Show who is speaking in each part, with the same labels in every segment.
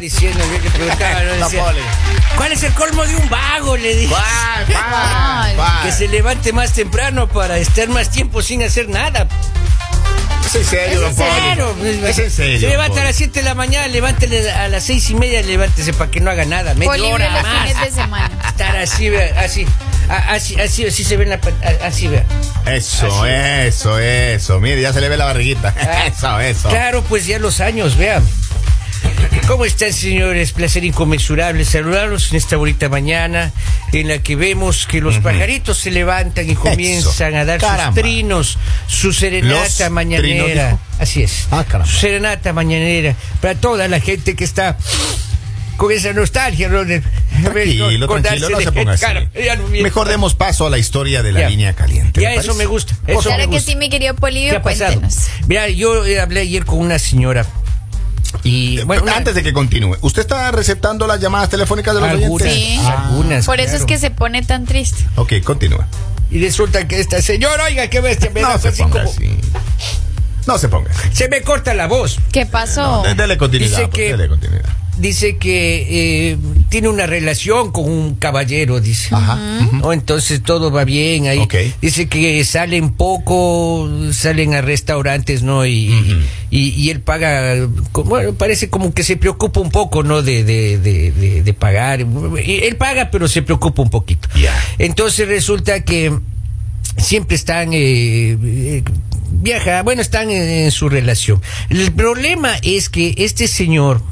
Speaker 1: diciendo, yo le preguntaba, no
Speaker 2: La
Speaker 1: decía,
Speaker 2: poli.
Speaker 1: ¿cuál es el colmo de un vago? Le dije.
Speaker 2: Bye, bye,
Speaker 3: Ay.
Speaker 2: bye.
Speaker 1: Que se levante más temprano para estar más tiempo sin hacer nada.
Speaker 2: Es en serio, don Poli.
Speaker 1: Claro, pues,
Speaker 2: Es en serio.
Speaker 1: Se
Speaker 2: don
Speaker 1: levanta a
Speaker 2: Poli.
Speaker 1: las 7 de la mañana, levántele a las 6 y media, levántese para que no haga nada. Media
Speaker 3: Poli libre
Speaker 1: hora
Speaker 3: los
Speaker 1: más.
Speaker 3: fines de semana.
Speaker 1: Estar así, vea, así, a- así, así, así se ve en la pan- a- así, vea.
Speaker 2: Eso,
Speaker 1: Así
Speaker 2: eso, eso. Mire, ya se le ve la barriguita.
Speaker 1: Ah,
Speaker 2: Eso, eso.
Speaker 1: Claro, pues ya los años, vean. ¿Cómo están, señores? Placer inconmensurable saludarlos en esta bonita mañana en la que vemos que los pajaritos se levantan y comienzan a dar sus
Speaker 2: Caramba.
Speaker 1: trinos, su serenata
Speaker 2: trinos,
Speaker 1: mañanera.
Speaker 2: dijo.
Speaker 1: Así es.
Speaker 2: Ah, caramba.
Speaker 1: Su serenata mañanera para toda la gente que está con esa nostalgia, ¿no? De- a ver,
Speaker 2: Tranquilo,
Speaker 1: pues, con- con
Speaker 2: tranquilo,
Speaker 1: darse
Speaker 2: no
Speaker 1: de-
Speaker 2: se ponga así.
Speaker 1: Cara, ya no viene.
Speaker 2: Mejor demos paso a la historia de la
Speaker 1: Ya.
Speaker 2: línea caliente.
Speaker 1: Ya, eso me gusta,
Speaker 2: Por
Speaker 1: eso
Speaker 2: favor.
Speaker 1: me
Speaker 3: Claro que
Speaker 1: gusta.
Speaker 3: sí, mi querido
Speaker 1: ¿Qué
Speaker 3: Polivio,
Speaker 1: ha pasado?
Speaker 3: cuéntenos.
Speaker 1: Mira, yo eh, hablé ayer con una señora y
Speaker 2: Eh,
Speaker 1: bueno, una-
Speaker 2: Antes de que continúe, ¿usted está receptando las llamadas telefónicas de los
Speaker 1: algunas,
Speaker 2: oyentes?
Speaker 3: Sí.
Speaker 1: algunas.
Speaker 3: Por eso es
Speaker 1: claro.
Speaker 3: que se pone tan triste.
Speaker 2: Ok, continúa.
Speaker 1: y resulta que esta señora, oiga, qué bestia, me
Speaker 2: No
Speaker 1: dejó
Speaker 2: se
Speaker 1: así
Speaker 2: ponga
Speaker 1: como-
Speaker 2: así. No se ponga así.
Speaker 1: se me corta la voz.
Speaker 3: ¿Qué pasó?
Speaker 2: De- Dele continuidad.
Speaker 1: Dice
Speaker 2: pues,
Speaker 1: que-
Speaker 2: Dele continuidad.
Speaker 1: Dice que eh, tiene una relación con un caballero, dice.
Speaker 2: Ajá.
Speaker 1: ¿no? Entonces todo va bien ahí.
Speaker 2: Ok.
Speaker 1: Dice que salen poco, salen a restaurantes, ¿no? Y, y, y él paga, como- bueno, parece como que se preocupa un poco, ¿no? De, de, de, de, de pagar. Y Él paga, pero se preocupa un poquito.
Speaker 2: Ya.
Speaker 1: Entonces resulta que siempre están... eh, eh, Viaja, bueno, están en, en su relación. El problema es que este señor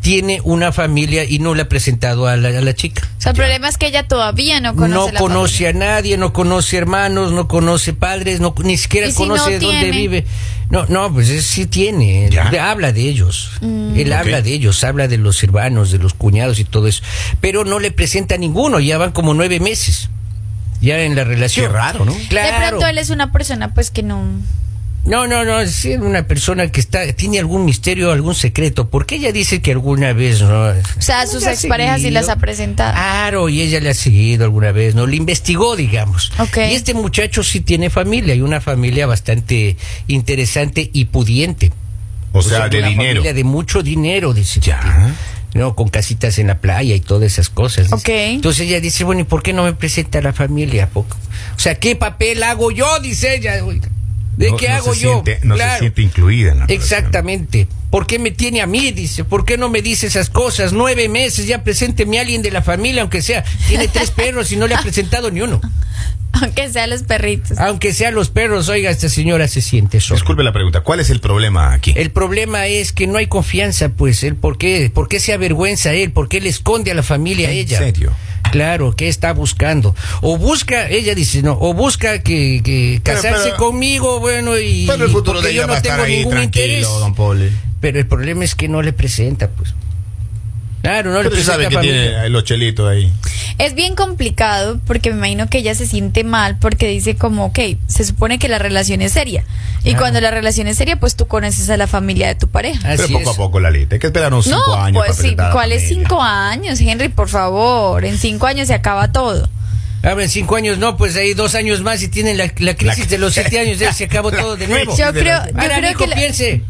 Speaker 1: tiene una familia y no le ha presentado a la- a la chica
Speaker 3: O sea, el problema es que ella todavía no conoce.
Speaker 1: no
Speaker 3: la
Speaker 1: conoce a nadie, no conoce hermanos, no conoce padres, no ni siquiera
Speaker 3: ¿Y si
Speaker 1: conoce dónde
Speaker 3: no tiene?
Speaker 1: vive. No, no, pues es- sí tiene.
Speaker 2: Ya.
Speaker 1: Él Habla de ellos.
Speaker 3: Mm.
Speaker 1: Él
Speaker 2: Ok.
Speaker 1: habla de ellos, habla de los hermanos, de los cuñados y todo eso. Pero no le presenta a ninguno. Ya van como nueve meses. Ya en la relación.
Speaker 2: Qué raro, ¿no? De
Speaker 3: familia.
Speaker 1: Claro.
Speaker 3: De pronto él es una persona pues que no...
Speaker 1: No, no, no, es decir, una persona que está tiene algún misterio, algún secreto, porque ella dice que alguna vez no.
Speaker 3: O sea, sus
Speaker 1: Le ha
Speaker 3: exparejas sí
Speaker 1: seguido.
Speaker 3: las ha presentado.
Speaker 1: Claro, y ella le ha seguido alguna vez, no, le investigó, digamos.
Speaker 3: Ok.
Speaker 1: Y este muchacho sí tiene familia, y una familia bastante interesante y pudiente.
Speaker 2: O sea, de
Speaker 1: Pues una
Speaker 2: dinero.
Speaker 1: familia de mucho dinero, dice. que
Speaker 2: Ya.
Speaker 1: tiene. No, con casitas en la playa y todas esas cosas. dice.
Speaker 3: Ok.
Speaker 1: Entonces ella dice, bueno, ¿y por qué no me presenta a la familia? ¿A poco? O sea, ¿qué papel hago yo? Dice ella. oiga. ¿De
Speaker 2: No-
Speaker 1: qué
Speaker 2: no se
Speaker 1: hago yo?
Speaker 2: siente- no se
Speaker 1: Claro.
Speaker 2: siente incluida en la relación.
Speaker 1: Exactamente. ¿Por qué me tiene a mí? Dice. ¿Por qué no me dice esas cosas? Nueve meses, ya presénteme a alguien de la familia, aunque sea. Tiene tres perros y no le ha presentado ni uno.
Speaker 3: Aunque sea los perritos.
Speaker 1: Aunque sea los perros, oiga, esta señora se siente sola.
Speaker 2: Disculpe la pregunta, ¿cuál es el problema aquí?
Speaker 1: El problema es que no hay confianza, pues, él, ¿por qué? ¿Por qué se avergüenza él? ¿Por qué le esconde a la familia a
Speaker 2: ¿En
Speaker 1: ella?
Speaker 2: serio?
Speaker 1: Claro, ¿qué está buscando? O busca, ella dice, no, o busca que, que
Speaker 2: Pero,
Speaker 1: casarse
Speaker 2: pero-
Speaker 1: conmigo, bueno, y...
Speaker 2: Pero el futuro
Speaker 1: porque
Speaker 2: de ella
Speaker 1: yo
Speaker 2: va
Speaker 1: no
Speaker 2: a estar
Speaker 1: tengo
Speaker 2: ahí
Speaker 1: ningún
Speaker 2: tranquilo,
Speaker 1: interés.
Speaker 2: don Poli.
Speaker 1: Pero el problema es que no le presenta, pues. Claro, no le
Speaker 2: Pero usted
Speaker 1: presenta
Speaker 2: sabe que
Speaker 1: familia.
Speaker 2: tiene los chelitos ahí.
Speaker 3: Es bien complicado porque me imagino que ella se siente mal porque dice como, ok, se supone que la relación es seria. Y cuando la relación es seria, pues tú conoces a la familia de tu pareja.
Speaker 1: Así
Speaker 2: Pero poco
Speaker 1: es.
Speaker 2: a poco la lista. Hay que esperar unos cinco
Speaker 3: no,
Speaker 2: años.
Speaker 3: pues
Speaker 2: para
Speaker 3: sí,
Speaker 2: presentar a la
Speaker 3: ¿cuáles
Speaker 2: familia.
Speaker 3: cinco años, Henry? Por favor, en cinco años se acaba todo.
Speaker 1: A ver, cinco años no, pues ahí dos años más y tienen la, la crisis
Speaker 2: La-
Speaker 1: de los siete años, ya se acabó todo de nuevo.
Speaker 3: Yo creo, yo
Speaker 1: Ahora,
Speaker 3: creo
Speaker 1: mijo,
Speaker 3: que la-
Speaker 1: piense.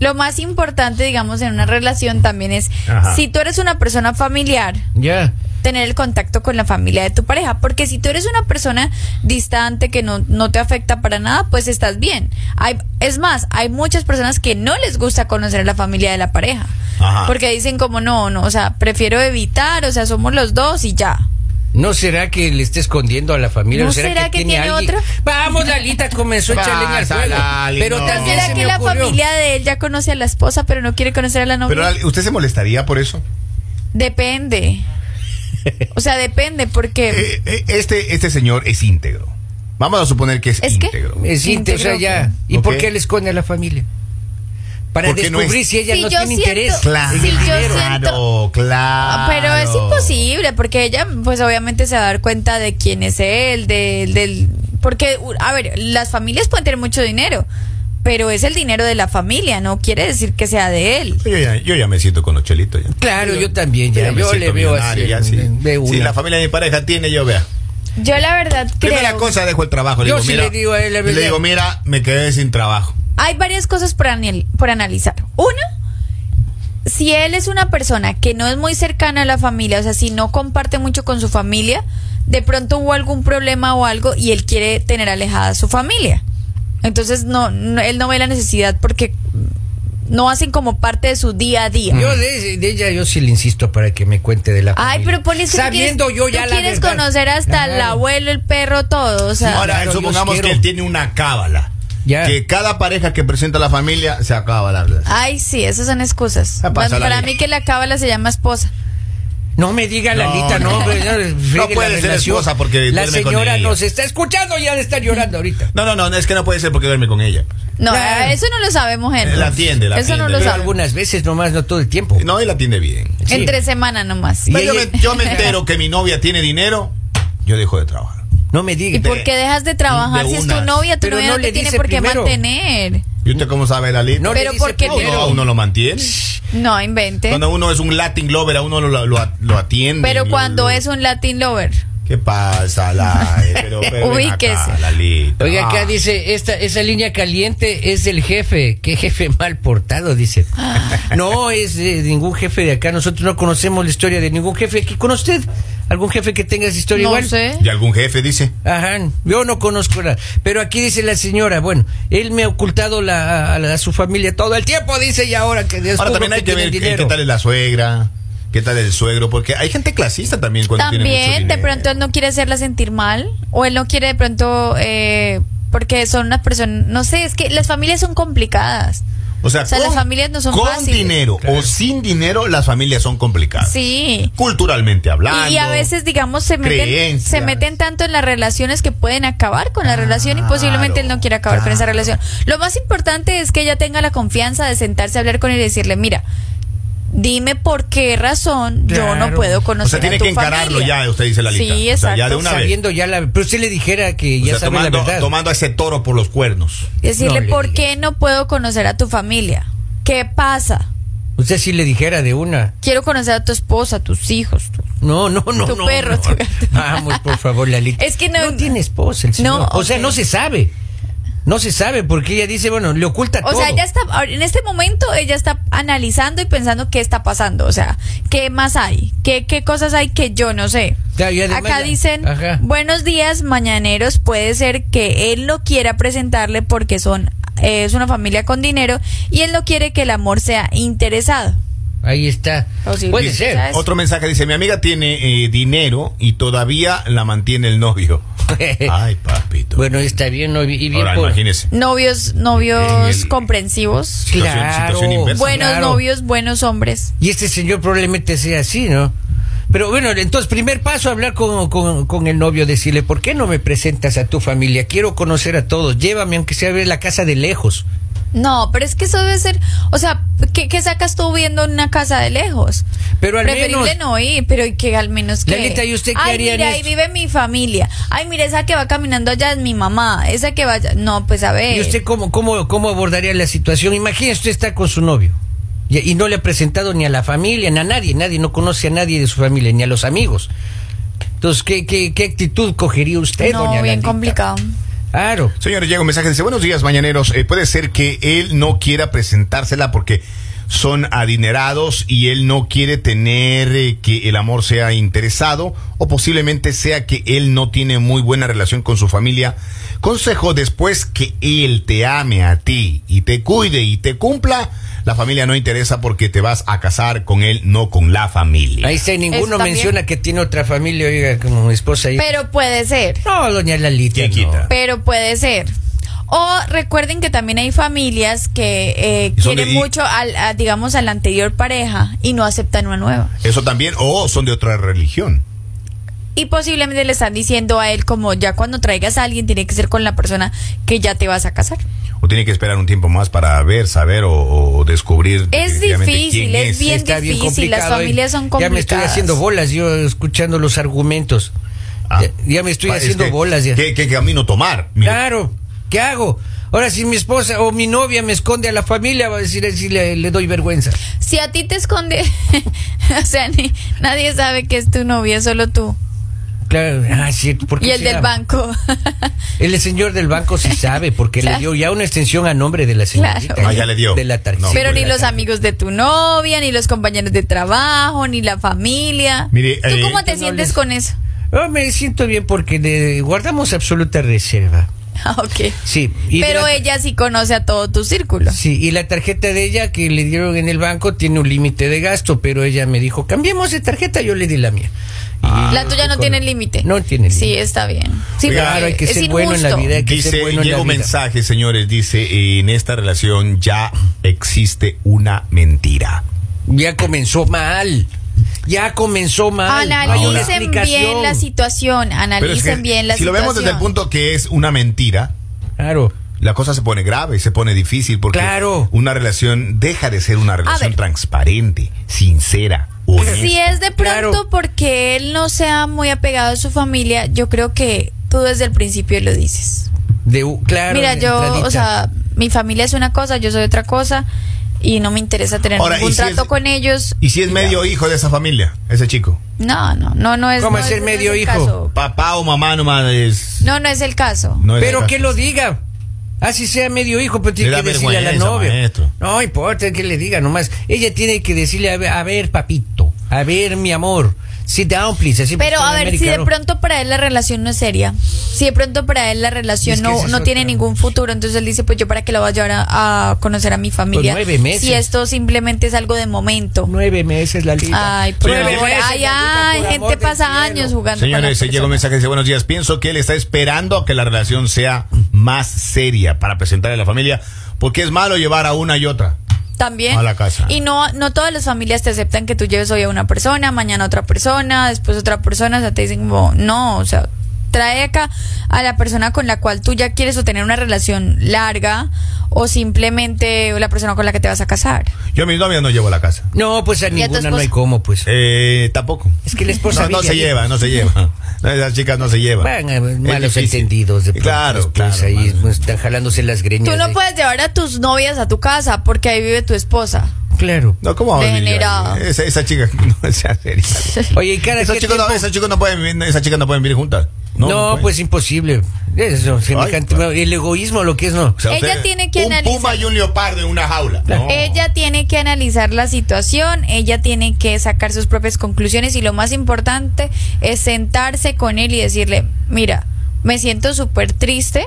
Speaker 3: lo más importante, digamos, en una relación también es,
Speaker 2: Ajá.
Speaker 3: si tú eres una persona familiar,
Speaker 1: Ya.
Speaker 3: tener el contacto con la familia de tu pareja, porque si tú eres una persona distante que no, no te afecta para nada, pues estás bien. Hay, es más, hay muchas personas que no les gusta conocer a la familia de la pareja,
Speaker 2: Ajá.
Speaker 3: porque dicen como no, no, o sea, prefiero evitar, o sea, somos los dos y ya.
Speaker 1: ¿No será que le esté escondiendo a la familia?
Speaker 3: ¿No será que tiene
Speaker 1: alguien?
Speaker 3: otro?
Speaker 1: Vamos, Lalita comenzó a echarle leña al fuego.
Speaker 2: Pásala, Lali,
Speaker 1: Pero
Speaker 2: no.
Speaker 1: también
Speaker 3: ¿Será
Speaker 1: se
Speaker 3: que
Speaker 1: me
Speaker 3: la
Speaker 1: ocurrió.
Speaker 3: familia de él ya conoce a la esposa, pero no quiere conocer a la novia?
Speaker 2: Pero Ale, ¿usted se molestaría por eso?
Speaker 3: Depende. O sea, depende, porque
Speaker 2: Eh, eh, este, este señor es íntegro. Vamos a suponer que es,
Speaker 3: ¿Es qué?
Speaker 2: íntegro.
Speaker 1: Es inte- o sea, ya. ¿Y
Speaker 2: Ok.
Speaker 1: por qué le esconde a la familia? Para
Speaker 2: Porque no
Speaker 1: descubrir
Speaker 2: es-
Speaker 1: si ella
Speaker 3: Si
Speaker 1: no
Speaker 3: yo
Speaker 1: tiene
Speaker 3: siento-
Speaker 1: interés.
Speaker 3: Claro. Sí, yo
Speaker 2: claro,
Speaker 3: siento-
Speaker 2: claro.
Speaker 3: Pero es imposible, porque ella, pues obviamente se va a dar cuenta de quién es él, del, del... Porque, u- a ver, las familias pueden tener mucho dinero, pero es el dinero de la familia, no quiere decir que sea de él.
Speaker 2: Yo ya, yo ya me siento con los chelitos. Ya.
Speaker 1: Claro, yo también,
Speaker 2: Yo
Speaker 1: ya.
Speaker 2: ya me
Speaker 1: Yo
Speaker 2: siento
Speaker 1: le veo
Speaker 2: millonario,
Speaker 1: así.
Speaker 2: ya, sí.
Speaker 1: de una.
Speaker 2: Si la familia de mi pareja tiene, yo vea.
Speaker 3: Yo la verdad
Speaker 2: Primera
Speaker 3: creo...
Speaker 2: cosa, dejo el trabajo. Le
Speaker 1: Yo
Speaker 2: digo,
Speaker 1: sí
Speaker 2: mira,
Speaker 1: le digo a él, la
Speaker 2: le
Speaker 1: verdad.
Speaker 2: digo, mira, me quedé sin trabajo.
Speaker 3: Hay varias cosas por, anal- por analizar. Uno, si él es una persona que no es muy cercana a la familia, o sea, si no comparte mucho con su familia, de pronto hubo algún problema o algo y él quiere tener alejada a su familia. Entonces, no, no- él no ve la necesidad porque no hacen como parte de su día a día.
Speaker 1: Yo de, de ella yo sí le insisto para que me cuente de la
Speaker 3: Ay,
Speaker 1: familia.
Speaker 3: pero Poli, es que tú
Speaker 1: Sabiendo
Speaker 3: quieres,
Speaker 1: yo
Speaker 3: tú
Speaker 1: ya la
Speaker 3: quieres
Speaker 1: verdad.
Speaker 3: conocer hasta el
Speaker 1: Claro.
Speaker 3: abuelo, el perro, todo. O sea,
Speaker 2: Ahora,
Speaker 1: claro,
Speaker 2: supongamos
Speaker 1: yo os
Speaker 2: que
Speaker 1: quiero.
Speaker 2: él tiene una cábala.
Speaker 1: Ya.
Speaker 2: Que cada pareja que presenta a la familia se acaba la relación.
Speaker 3: ay, sí, esas son excusas.
Speaker 2: Ah, pasa
Speaker 3: Bueno,
Speaker 2: la
Speaker 3: para
Speaker 2: vida.
Speaker 3: mí que la cábala se llama esposa.
Speaker 1: No me diga
Speaker 2: No,
Speaker 1: Lalita, no,
Speaker 2: no.
Speaker 1: pero ya friegue
Speaker 2: puede
Speaker 1: la
Speaker 2: ser
Speaker 1: relación.
Speaker 2: esposa porque
Speaker 1: la
Speaker 2: duerme con
Speaker 1: señora
Speaker 2: ella.
Speaker 1: nos está escuchando y ya le está llorando ahorita.
Speaker 2: No, no, no, es que no puede ser porque duerme con ella.
Speaker 3: No,
Speaker 1: Claro.
Speaker 3: eh, eso no lo sabemos, Henry.
Speaker 2: La atiende, la
Speaker 3: Eso
Speaker 2: atiende.
Speaker 3: no lo
Speaker 1: Pero
Speaker 2: Pero
Speaker 3: sabemos.
Speaker 1: Pues algunas veces nomás, no todo el tiempo.
Speaker 2: Eh. No, y la atiende bien.
Speaker 1: Sí.
Speaker 3: Entre semana nomás.
Speaker 1: Y
Speaker 2: Pero yo,
Speaker 1: ella-
Speaker 2: me, yo me entero que mi novia tiene dinero, yo dejo de trabajar.
Speaker 1: No me
Speaker 3: ¿Y
Speaker 1: diga.
Speaker 3: por qué dejas de trabajar
Speaker 2: de
Speaker 3: si es tu
Speaker 2: una.
Speaker 3: novia? Tu
Speaker 1: Pero
Speaker 3: novia
Speaker 1: no
Speaker 3: no,
Speaker 1: le
Speaker 3: te tiene
Speaker 1: dice
Speaker 3: por qué
Speaker 1: primero.
Speaker 3: mantener.
Speaker 2: ¿Y usted cómo sabe la lista?
Speaker 1: No le
Speaker 3: Pero
Speaker 1: dice
Speaker 3: porque
Speaker 2: No,
Speaker 1: primero.
Speaker 2: uno, a uno lo mantiene.
Speaker 3: No,
Speaker 1: ¿eh?
Speaker 3: invente.
Speaker 2: Cuando uno es un Latin lover, a uno lo, lo- lo- lo atiende.
Speaker 3: Pero
Speaker 2: lo-
Speaker 3: cuando
Speaker 2: lo-
Speaker 3: es un Latin lover.
Speaker 2: ¿Qué pasa, la? E? Pero, pero ven acá,
Speaker 3: Ubíquese.
Speaker 2: Lalita.
Speaker 1: Oiga, acá
Speaker 2: Ah.
Speaker 1: dice, esta, esa línea caliente es del jefe. ¿Qué jefe mal portado? Dice. No es de ningún jefe de acá. Nosotros no conocemos la historia de ningún jefe aquí con usted. ¿Algún jefe que tenga esa historia
Speaker 3: No
Speaker 1: igual?
Speaker 3: sé.
Speaker 2: ¿Y algún jefe dice?
Speaker 1: Ajá, yo no conozco la. Pero aquí dice la señora, bueno, él me ha ocultado la, a, la- a su familia todo el tiempo, dice, y ahora que
Speaker 3: Pues
Speaker 1: descubro
Speaker 2: Ahora también hay que, ver
Speaker 1: tienen
Speaker 2: qué-
Speaker 1: dinero.
Speaker 2: qué tal es la suegra, qué tal el suegro, porque hay gente clasista también cuando tiene mucho
Speaker 3: También, de
Speaker 2: dinero.
Speaker 3: pronto él no quiere hacerla sentir mal. O él no quiere de pronto. eh, porque son unas personas. No sé, es que las familias son complicadas.
Speaker 2: O sea,
Speaker 3: o sea, las familias no son
Speaker 2: con
Speaker 3: fáciles.
Speaker 2: dinero o sin dinero, las familias son complicadas.
Speaker 3: Sí.
Speaker 2: Culturalmente hablando.
Speaker 3: Y, y a veces, digamos, se meten,
Speaker 2: creencias.
Speaker 3: se meten tanto en las relaciones que pueden acabar con la relación y posiblemente él no quiere acabar con esa
Speaker 2: claro.
Speaker 3: relación. Lo más importante es que ella tenga la confianza de sentarse a hablar con él y decirle, mira, dime por qué razón yo no
Speaker 1: Claro.
Speaker 3: puedo conocer
Speaker 2: O sea, tiene
Speaker 3: a tu
Speaker 2: que encararlo
Speaker 3: familia.
Speaker 2: ya, usted dice la lista.
Speaker 3: Sí,
Speaker 2: O sea,
Speaker 3: exacto.
Speaker 2: ya de una- vez.
Speaker 1: Sabiendo ya la. Pero usted le dijera que
Speaker 2: O
Speaker 1: ya
Speaker 2: sea,
Speaker 1: sabe la
Speaker 2: tomando,
Speaker 1: verdad.
Speaker 2: tomando a ese toro por los cuernos.
Speaker 1: No
Speaker 3: Decirle,
Speaker 1: le
Speaker 3: ¿por
Speaker 1: digas.
Speaker 3: qué no puedo conocer a tu familia? ¿Qué pasa?
Speaker 1: Usted sí le dijera de una.
Speaker 3: Quiero conocer a tu esposa, a tus hijos. tu-
Speaker 1: No, no, no.
Speaker 3: Tu
Speaker 1: no,
Speaker 3: perro,
Speaker 1: no.
Speaker 3: tu gato.
Speaker 1: Vamos, por favor, Lalita.
Speaker 3: Es que no-
Speaker 1: No tiene esposa el señor.
Speaker 3: No,
Speaker 1: O sea,
Speaker 3: ok.
Speaker 1: no se sabe. No se sabe porque ella dice, bueno, le oculta
Speaker 3: O
Speaker 1: todo.
Speaker 3: sea, ella está, ahora, en este momento ella está analizando y pensando qué está pasando, o sea, qué más hay, qué, qué cosas hay que yo no sé.
Speaker 1: Ya, y además
Speaker 3: Acá
Speaker 1: ya-
Speaker 3: dicen,
Speaker 1: Ajá.
Speaker 3: buenos días mañaneros, puede ser que él no quiera presentarle porque son eh, es una familia con dinero y él no quiere que el amor sea interesado.
Speaker 1: Ahí está.
Speaker 3: Posible.
Speaker 1: Puede ser.
Speaker 3: ¿Sabes?
Speaker 2: Otro mensaje dice, mi amiga tiene eh, dinero y todavía la mantiene el novio. Ay, papito.
Speaker 1: Bueno, está bien, ¿no? y bien
Speaker 2: Ahora
Speaker 1: por-
Speaker 2: imagínese.
Speaker 3: Novios, novios
Speaker 2: En el-
Speaker 3: comprensivos,
Speaker 2: Situación-
Speaker 1: Claro.
Speaker 2: situación inversa.
Speaker 3: buenos
Speaker 1: Claro.
Speaker 3: novios, buenos hombres.
Speaker 1: Y este señor probablemente sea así, ¿no? Pero bueno, entonces, primer paso, hablar con, con- con el novio, decirle, ¿por qué no me presentas a tu familia? Quiero conocer a todos, llévame aunque sea a ver la casa de lejos.
Speaker 3: No, pero es que eso debe ser, o sea, ¿qué, qué sacas tú viendo en una casa de lejos?
Speaker 1: Pero al
Speaker 3: Preferible
Speaker 1: menos-
Speaker 3: no ir, pero y que al menos que...
Speaker 1: Lalita, ¿y usted qué
Speaker 3: Ay,
Speaker 1: haría en
Speaker 3: mira, ahí
Speaker 1: esto?
Speaker 3: vive mi familia. Ay, mira, esa que va caminando allá es mi mamá. Esa que vaya... No, pues a ver...
Speaker 1: ¿Y usted cómo, cómo, cómo abordaría la situación? Imagínese, usted está con su novio y, y no le ha presentado ni a la familia, ni a nadie, nadie, no conoce a nadie de su familia, ni a los amigos. Entonces, ¿qué, qué, qué actitud cogería usted,
Speaker 3: no,
Speaker 1: doña
Speaker 3: bien
Speaker 1: Lalita?
Speaker 3: complicado.
Speaker 1: Claro.
Speaker 2: Señores, llega un mensaje, dice, buenos días, mañaneros. Eh, puede ser que él no quiera presentársela porque son adinerados y él no quiere tener eh, que el amor sea interesado o posiblemente sea que él no tiene muy buena relación con su familia. Consejo, después que él te ame a ti y te cuide y te cumpla, la familia no interesa porque te vas a casar con él, no con la familia.
Speaker 1: Ahí está, y
Speaker 3: Eso
Speaker 1: ninguno
Speaker 3: también.
Speaker 1: menciona que tiene otra familia, oiga, como esposa. y-
Speaker 3: Pero puede ser.
Speaker 1: No, doña Lalita.
Speaker 2: ¿Quién
Speaker 1: no.
Speaker 2: quita?
Speaker 3: Pero puede ser. O recuerden que también hay familias que eh,
Speaker 2: Y son
Speaker 3: quieren
Speaker 2: de- y-
Speaker 3: mucho, al, a, digamos, a la anterior pareja y no aceptan una nueva.
Speaker 2: Eso también, o son de otra religión.
Speaker 3: Y posiblemente le están diciendo a él como ya cuando traigas a alguien tiene que ser con la persona que ya te vas a casar.
Speaker 2: ¿O tiene que esperar un tiempo más para ver, saber o, o descubrir?
Speaker 3: Es
Speaker 2: definitivamente
Speaker 3: difícil,
Speaker 2: quién
Speaker 3: es bien
Speaker 1: Está bien
Speaker 3: difícil, las
Speaker 1: complicado, ¿eh?
Speaker 3: familias son
Speaker 1: Ya me
Speaker 3: complicadas.
Speaker 1: estoy haciendo bolas, yo escuchando los argumentos.
Speaker 2: Ah.
Speaker 1: Ya, ya me estoy
Speaker 2: Ah, es
Speaker 1: haciendo
Speaker 2: que-
Speaker 1: bolas. Ya.
Speaker 2: ¿Qué, qué camino tomar? Mire,
Speaker 1: Claro, ¿qué hago? Ahora si mi esposa o mi novia me esconde a la familia, va a decir si le, le doy vergüenza.
Speaker 3: Si a ti te esconde, o sea, ni- nadie sabe que es tu novia, solo tú.
Speaker 1: Claro, ah, sí, ¿por qué
Speaker 3: Y el
Speaker 1: será?
Speaker 3: del banco.
Speaker 1: El señor del banco sí sabe, porque le
Speaker 3: Claro.
Speaker 1: dio ya una extensión a nombre de la señorita.
Speaker 3: Claro.
Speaker 2: Ah, ya le dio.
Speaker 1: De la tarjeta.
Speaker 2: No,
Speaker 3: Pero ni
Speaker 2: pues.
Speaker 3: los amigos de tu novia, ni los compañeros de trabajo, ni la familia.
Speaker 2: Mire,
Speaker 3: ¿Tú
Speaker 2: eh,
Speaker 3: cómo te
Speaker 1: no
Speaker 3: sientes
Speaker 1: les-
Speaker 3: con eso?
Speaker 1: Ah, me siento bien porque le guardamos absoluta reserva.
Speaker 3: Ah, ok.
Speaker 1: Sí. y de
Speaker 3: Pero
Speaker 1: la-
Speaker 3: ella sí conoce a todo tu círculo.
Speaker 1: Sí, y la tarjeta de ella que le dieron en el banco tiene un límite de gasto, pero ella me dijo, cambiemos de tarjeta, yo le di la mía. Y-
Speaker 3: Ah. La tuya no
Speaker 1: con-
Speaker 3: tiene límite.
Speaker 1: No tiene
Speaker 3: Sí,
Speaker 1: límite.
Speaker 3: está bien. Sí,
Speaker 2: Oiga,
Speaker 3: porque
Speaker 1: Claro, hay que
Speaker 3: es
Speaker 1: ser bueno en la
Speaker 3: injusto.
Speaker 1: vida. Hay que ser
Speaker 2: Dice,
Speaker 1: bueno en
Speaker 2: llega
Speaker 1: la
Speaker 2: un
Speaker 1: vida.
Speaker 2: mensaje, señores, dice, en esta relación ya existe una mentira.
Speaker 1: Ya comenzó mal. Ya comenzó mal. No hay una
Speaker 3: Analicen bien
Speaker 1: explicación.
Speaker 3: la situación.
Speaker 2: Pero es
Speaker 3: Analicen
Speaker 2: que
Speaker 3: bien la
Speaker 2: si lo
Speaker 3: situación.
Speaker 2: vemos desde el punto que es una mentira,
Speaker 1: Claro.
Speaker 2: la cosa se pone grave, se pone difícil porque
Speaker 1: Claro.
Speaker 2: una relación deja de ser una relación
Speaker 3: ver.
Speaker 2: transparente, sincera, honesta.
Speaker 3: Si es de pronto
Speaker 1: Este, Claro.
Speaker 3: porque él no sea muy apegado a su familia, yo creo que tú desde el principio lo dices.
Speaker 1: De, u- claro.
Speaker 3: Mira,
Speaker 1: de
Speaker 3: yo,
Speaker 1: entradita.
Speaker 3: o sea, mi familia es una cosa, yo soy otra cosa y no me interesa tener
Speaker 2: Ahora,
Speaker 3: ningún
Speaker 2: ¿y si
Speaker 3: trato
Speaker 2: es-
Speaker 3: con ellos.
Speaker 2: Y si es
Speaker 3: ya.
Speaker 2: medio hijo de esa familia, ese chico.
Speaker 3: No, no, no, no es.
Speaker 1: ¿Cómo
Speaker 3: no
Speaker 1: es ser
Speaker 3: no
Speaker 1: medio
Speaker 3: el
Speaker 1: hijo?
Speaker 3: caso.
Speaker 2: Papá o mamá nomás es...
Speaker 3: No, no es el caso.
Speaker 2: no es
Speaker 1: pero
Speaker 2: el
Speaker 1: que
Speaker 2: caso.
Speaker 1: lo diga. Así sea medio hijo, pero tiene
Speaker 2: Le
Speaker 1: que
Speaker 2: da
Speaker 1: decirle a la
Speaker 2: vergüenza,
Speaker 1: novia.
Speaker 2: maestro.
Speaker 1: No importa que le diga nomás. Ella tiene que decirle, a ver, a ver, papito, a ver, mi amor, sit down, please. Así
Speaker 3: Pero
Speaker 1: porque
Speaker 3: a
Speaker 1: en
Speaker 3: ver, si de
Speaker 1: americano-
Speaker 3: pronto para él la relación no es seria, si de pronto para él la relación
Speaker 1: Es que esa
Speaker 3: no,
Speaker 1: es
Speaker 3: no tiene
Speaker 1: otra.
Speaker 3: ningún futuro, entonces él dice, pues yo para qué la voy a llevar a, a conocer a mi familia.
Speaker 1: Pues nueve meses.
Speaker 3: Si esto simplemente es algo de momento.
Speaker 1: Nueve meses la liga.
Speaker 3: Ay, por
Speaker 1: Nueve
Speaker 3: favor,
Speaker 1: meses,
Speaker 3: ay,
Speaker 1: Lalita,
Speaker 3: ay,
Speaker 1: por amor
Speaker 3: gente
Speaker 1: del
Speaker 3: pasa
Speaker 1: cielo.
Speaker 3: años jugando. con
Speaker 2: Señores,
Speaker 3: las
Speaker 2: se llega un
Speaker 3: personas.
Speaker 2: mensaje que dice, buenos días, pienso que él está esperando a que la relación sea más seria para presentarle a la familia, porque es malo llevar a una y otra.
Speaker 3: También.
Speaker 2: A la casa.
Speaker 3: Y no, no todas las familias te aceptan que tú lleves hoy a una persona, mañana a otra persona, después otra persona. O sea, te dicen como, no, o sea, trae acá a la persona con la cual tú ya quieres o tener una relación larga o simplemente la persona con la que te vas a casar.
Speaker 2: Yo a mis novias no llevo a la casa.
Speaker 1: No, pues a
Speaker 3: a tu
Speaker 1: ninguna no
Speaker 3: esposa?
Speaker 1: hay cómo, pues.
Speaker 2: Eh, tampoco.
Speaker 1: Es que la esposa
Speaker 2: No, no
Speaker 1: vive
Speaker 2: se
Speaker 1: ahí.
Speaker 2: lleva, no se lleva. No, esas chicas no se llevan.
Speaker 1: Van a
Speaker 2: Es
Speaker 1: malos
Speaker 2: difícil.
Speaker 1: entendidos. De pronto
Speaker 2: claro,
Speaker 1: después
Speaker 2: claro,
Speaker 1: Ahí
Speaker 2: mano.
Speaker 1: pues, están jalándose las greñas.
Speaker 3: Tú no
Speaker 1: ahí.
Speaker 3: puedes llevar a tus novias a tu casa porque ahí vive tu esposa.
Speaker 1: Claro.
Speaker 2: No, ¿cómo va a venir yo
Speaker 3: Degenerado.
Speaker 2: ahí? Esa, esa chica no sea seria.
Speaker 1: Oye, ¿y cara,
Speaker 2: Esos
Speaker 1: qué
Speaker 2: chicos no,
Speaker 1: tiempo?
Speaker 2: esas chicos no pueden vivir, esas chicas no pueden vivir juntas.
Speaker 1: No,
Speaker 2: No, no pueden.
Speaker 1: pues imposible. Eso, semejante-
Speaker 2: claro.
Speaker 1: el egoísmo, lo que es, no.
Speaker 2: O sea,
Speaker 3: Ella
Speaker 2: ustedes-
Speaker 3: tiene que
Speaker 2: un
Speaker 3: analizar.
Speaker 2: puma y un leopardo en una jaula.
Speaker 1: Claro.
Speaker 2: No.
Speaker 3: Ella tiene que analizar la situación, ella tiene que sacar sus propias conclusiones y lo más importante es sentarse con él y decirle, mira, me siento súper triste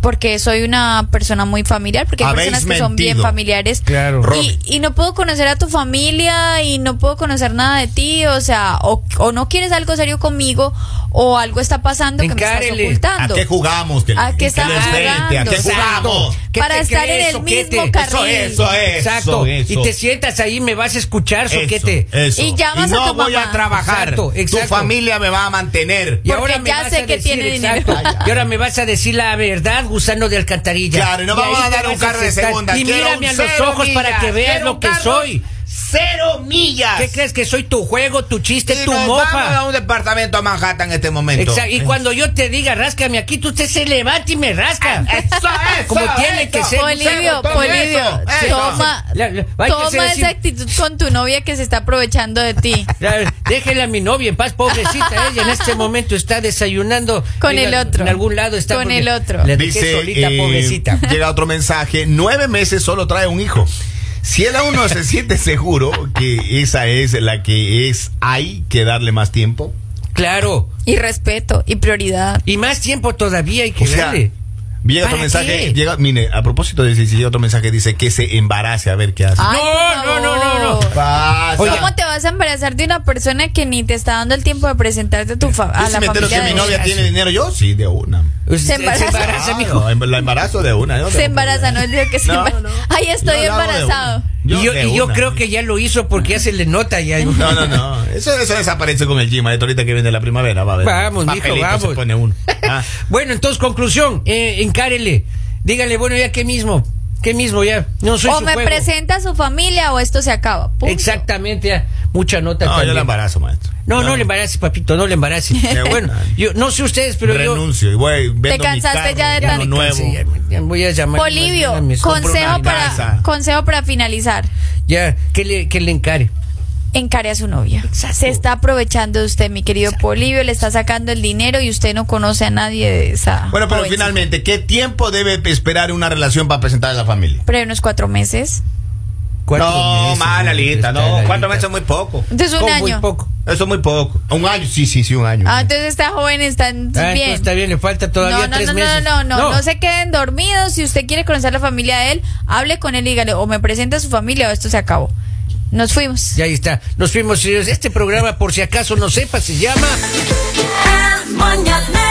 Speaker 3: porque soy una persona muy familiar, porque hay
Speaker 2: Habéis
Speaker 3: personas que son bien
Speaker 2: mentido.
Speaker 3: familiares.
Speaker 1: Claro.
Speaker 2: Romy.
Speaker 3: Y, y no puedo conocer a tu familia y no puedo conocer nada de ti, o sea, o, o no quieres algo serio conmigo o algo está pasando que
Speaker 1: Encárele.
Speaker 3: me estás
Speaker 2: ¿A
Speaker 3: ocultando.
Speaker 2: qué jugamos? Que-
Speaker 3: ¿A qué
Speaker 2: que
Speaker 3: estamos
Speaker 2: les vente, ¿A qué
Speaker 3: jugando?
Speaker 2: jugamos?
Speaker 1: ¿Qué
Speaker 3: Para
Speaker 1: te
Speaker 3: estar en
Speaker 1: crees,
Speaker 3: el
Speaker 1: soquete?
Speaker 3: mismo carril.
Speaker 2: Eso, eso, eso.
Speaker 1: Exacto.
Speaker 2: eso.
Speaker 1: Y te sientas ahí, me vas a escuchar,
Speaker 2: Eso,
Speaker 1: soquete.
Speaker 2: eso.
Speaker 3: Y llamas a
Speaker 2: no
Speaker 3: tu
Speaker 2: voy
Speaker 3: mamá.
Speaker 2: a trabajar.
Speaker 1: Exacto, exacto.
Speaker 2: Tu familia me va a mantener.
Speaker 1: Y
Speaker 3: Porque
Speaker 1: ahora me
Speaker 3: ya
Speaker 1: vas
Speaker 3: sé
Speaker 1: a
Speaker 3: que
Speaker 1: decir,
Speaker 3: tiene
Speaker 1: exacto,
Speaker 3: dinero.
Speaker 1: Y ahora me vas a decir la verdad, gusano de alcantarilla.
Speaker 2: Claro, y no vamos
Speaker 1: ahí
Speaker 2: a
Speaker 1: te
Speaker 2: dar un
Speaker 1: vas a
Speaker 2: carro de
Speaker 1: sentar.
Speaker 2: segunda.
Speaker 1: Y
Speaker 2: Quiero
Speaker 1: mírame
Speaker 2: un
Speaker 1: a los
Speaker 2: cero
Speaker 1: ojos para
Speaker 2: millas.
Speaker 1: que veas
Speaker 2: Quiero
Speaker 1: lo
Speaker 2: un
Speaker 1: que
Speaker 2: carro
Speaker 1: soy.
Speaker 2: Cero millas.
Speaker 1: ¿Qué crees que soy tu juego, tu chiste,
Speaker 2: Y
Speaker 1: tu
Speaker 2: nos vamos a
Speaker 1: mofa?
Speaker 2: un departamento a Manhattan en este momento.
Speaker 1: Exacto, Y cuando yo te diga, ráscame aquí, tú usted se levanta y me rasca.
Speaker 3: Ah,
Speaker 2: Eso, eso,
Speaker 1: Como tiene
Speaker 2: eso.
Speaker 1: que ser.
Speaker 3: Polivio,
Speaker 2: Toma
Speaker 3: Polivio,
Speaker 2: eso, eso.
Speaker 3: toma,
Speaker 1: La- la- hay que ser
Speaker 3: toma
Speaker 1: así.
Speaker 3: esa actitud con tu novia que se está aprovechando de ti.
Speaker 1: Ya, Déjela a mi novia en paz, pobrecita. Ella en este momento está desayunando.
Speaker 3: Con
Speaker 1: en
Speaker 3: el
Speaker 1: al-
Speaker 3: otro.
Speaker 1: En algún lado está.
Speaker 3: Con
Speaker 1: porque
Speaker 3: el otro.
Speaker 1: La dejé
Speaker 2: Dice,
Speaker 1: solita,
Speaker 2: eh,
Speaker 1: pobrecita.
Speaker 2: llega otro mensaje, nueve meses solo trae un hijo. Si él aún no se siente seguro que esa es la que es, hay que darle más tiempo.
Speaker 1: Claro.
Speaker 3: Y respeto, y prioridad.
Speaker 1: Y más tiempo todavía hay que
Speaker 2: O sea,
Speaker 1: darle.
Speaker 2: llega otro
Speaker 1: ¿Para
Speaker 2: mensaje,
Speaker 1: qué?
Speaker 2: llega, mire, a propósito de si si llega otro mensaje, dice que se embarace, a ver qué
Speaker 1: Ah.
Speaker 2: hace.
Speaker 3: Ay,
Speaker 1: No,
Speaker 3: por
Speaker 1: no, no, no, no.
Speaker 3: favor.
Speaker 2: Pasa.
Speaker 1: Oye,
Speaker 3: ¿Cómo te vas a embarazar de una persona que ni te está dando el tiempo de presentarte a, tu fa-
Speaker 2: Yo
Speaker 3: a
Speaker 2: si
Speaker 3: la
Speaker 2: me entero
Speaker 3: familia
Speaker 2: que
Speaker 3: de
Speaker 2: mi
Speaker 3: ella?
Speaker 2: novia tiene dinero, yo sí, de una.
Speaker 1: Usted Se
Speaker 3: embaraza.
Speaker 1: embaraza,
Speaker 2: Claro,
Speaker 1: mijo.
Speaker 2: em- La embarazo de una. yo no
Speaker 3: Se
Speaker 2: tengo
Speaker 3: embaraza, no
Speaker 2: problema.
Speaker 3: el día que se
Speaker 2: No,
Speaker 3: embaraza.
Speaker 2: no, no.
Speaker 3: Ay,
Speaker 2: Yo
Speaker 3: estoy
Speaker 2: lo hago de
Speaker 3: embarazado.
Speaker 2: una.
Speaker 1: Y yo,
Speaker 2: de
Speaker 1: y yo
Speaker 2: una.
Speaker 1: creo que ya lo hizo porque ya se le nota. Ya.
Speaker 2: No, no, no. Eso, eso desaparece con el G, maestro. Ahorita que viene la primavera, va a ver.
Speaker 1: Vamos, mijo,
Speaker 2: Papelito
Speaker 1: vamos.
Speaker 2: se pone uno. Ah,
Speaker 1: Bueno, entonces, conclusión. Eh, encárele. Dígale, bueno, ya que mismo. Que mismo, ya. No soy
Speaker 3: O
Speaker 1: su
Speaker 3: me
Speaker 1: juego.
Speaker 3: presenta a su familia o esto se acaba. Punto.
Speaker 1: Exactamente, ya. Mucha nota
Speaker 2: no, yo
Speaker 1: también.
Speaker 2: la embarazo, maestro.
Speaker 1: No, no, le embarace, papito, no le embarace.
Speaker 2: Me voy.
Speaker 1: bueno, yo no sé ustedes, pero yo
Speaker 2: Renuncio y voy. Vendo mi
Speaker 3: cansaste
Speaker 2: carro,
Speaker 3: ya de
Speaker 2: uno
Speaker 3: tan-
Speaker 1: me
Speaker 2: nuevo.
Speaker 1: cansé, ya, ya voy a llamar.
Speaker 3: Polivio,
Speaker 1: mañana, me compro una
Speaker 3: consejo
Speaker 1: nave.
Speaker 2: casa.
Speaker 3: para, consejo para finalizar.
Speaker 1: Ya, que le, que le encare.
Speaker 3: encare a su novia.
Speaker 1: Exacto.
Speaker 3: Se está aprovechando de usted, mi querido Polivio, le está sacando el dinero y usted no conoce a nadie de esa.
Speaker 2: Bueno, pero
Speaker 3: jovencita.
Speaker 2: finalmente, ¿qué tiempo debe esperar una relación para presentar a la familia?
Speaker 3: Pero hay unos cuatro meses.
Speaker 1: Cuatro meses, ¿no? Está la lista.
Speaker 2: muy poco.
Speaker 3: Entonces un
Speaker 1: Con muy
Speaker 3: año.
Speaker 1: poco.
Speaker 2: Eso es muy poco. Un año, sí, sí, sí, un año.
Speaker 3: Ah, entonces está joven, está
Speaker 1: Ah,
Speaker 3: bien.
Speaker 1: entonces está bien, le falta todavía
Speaker 3: no, no,
Speaker 1: tres
Speaker 3: no,
Speaker 1: meses.
Speaker 3: No, no, no, no, se queden dormidos. Si usted quiere conocer la familia de él, hable con él y dígale, o me presenta a su familia o esto se acabó. Nos fuimos.
Speaker 1: Y ahí está. Nos fuimos, señores. Este programa, por si acaso no sepa, se llama...
Speaker 4: El mañanero.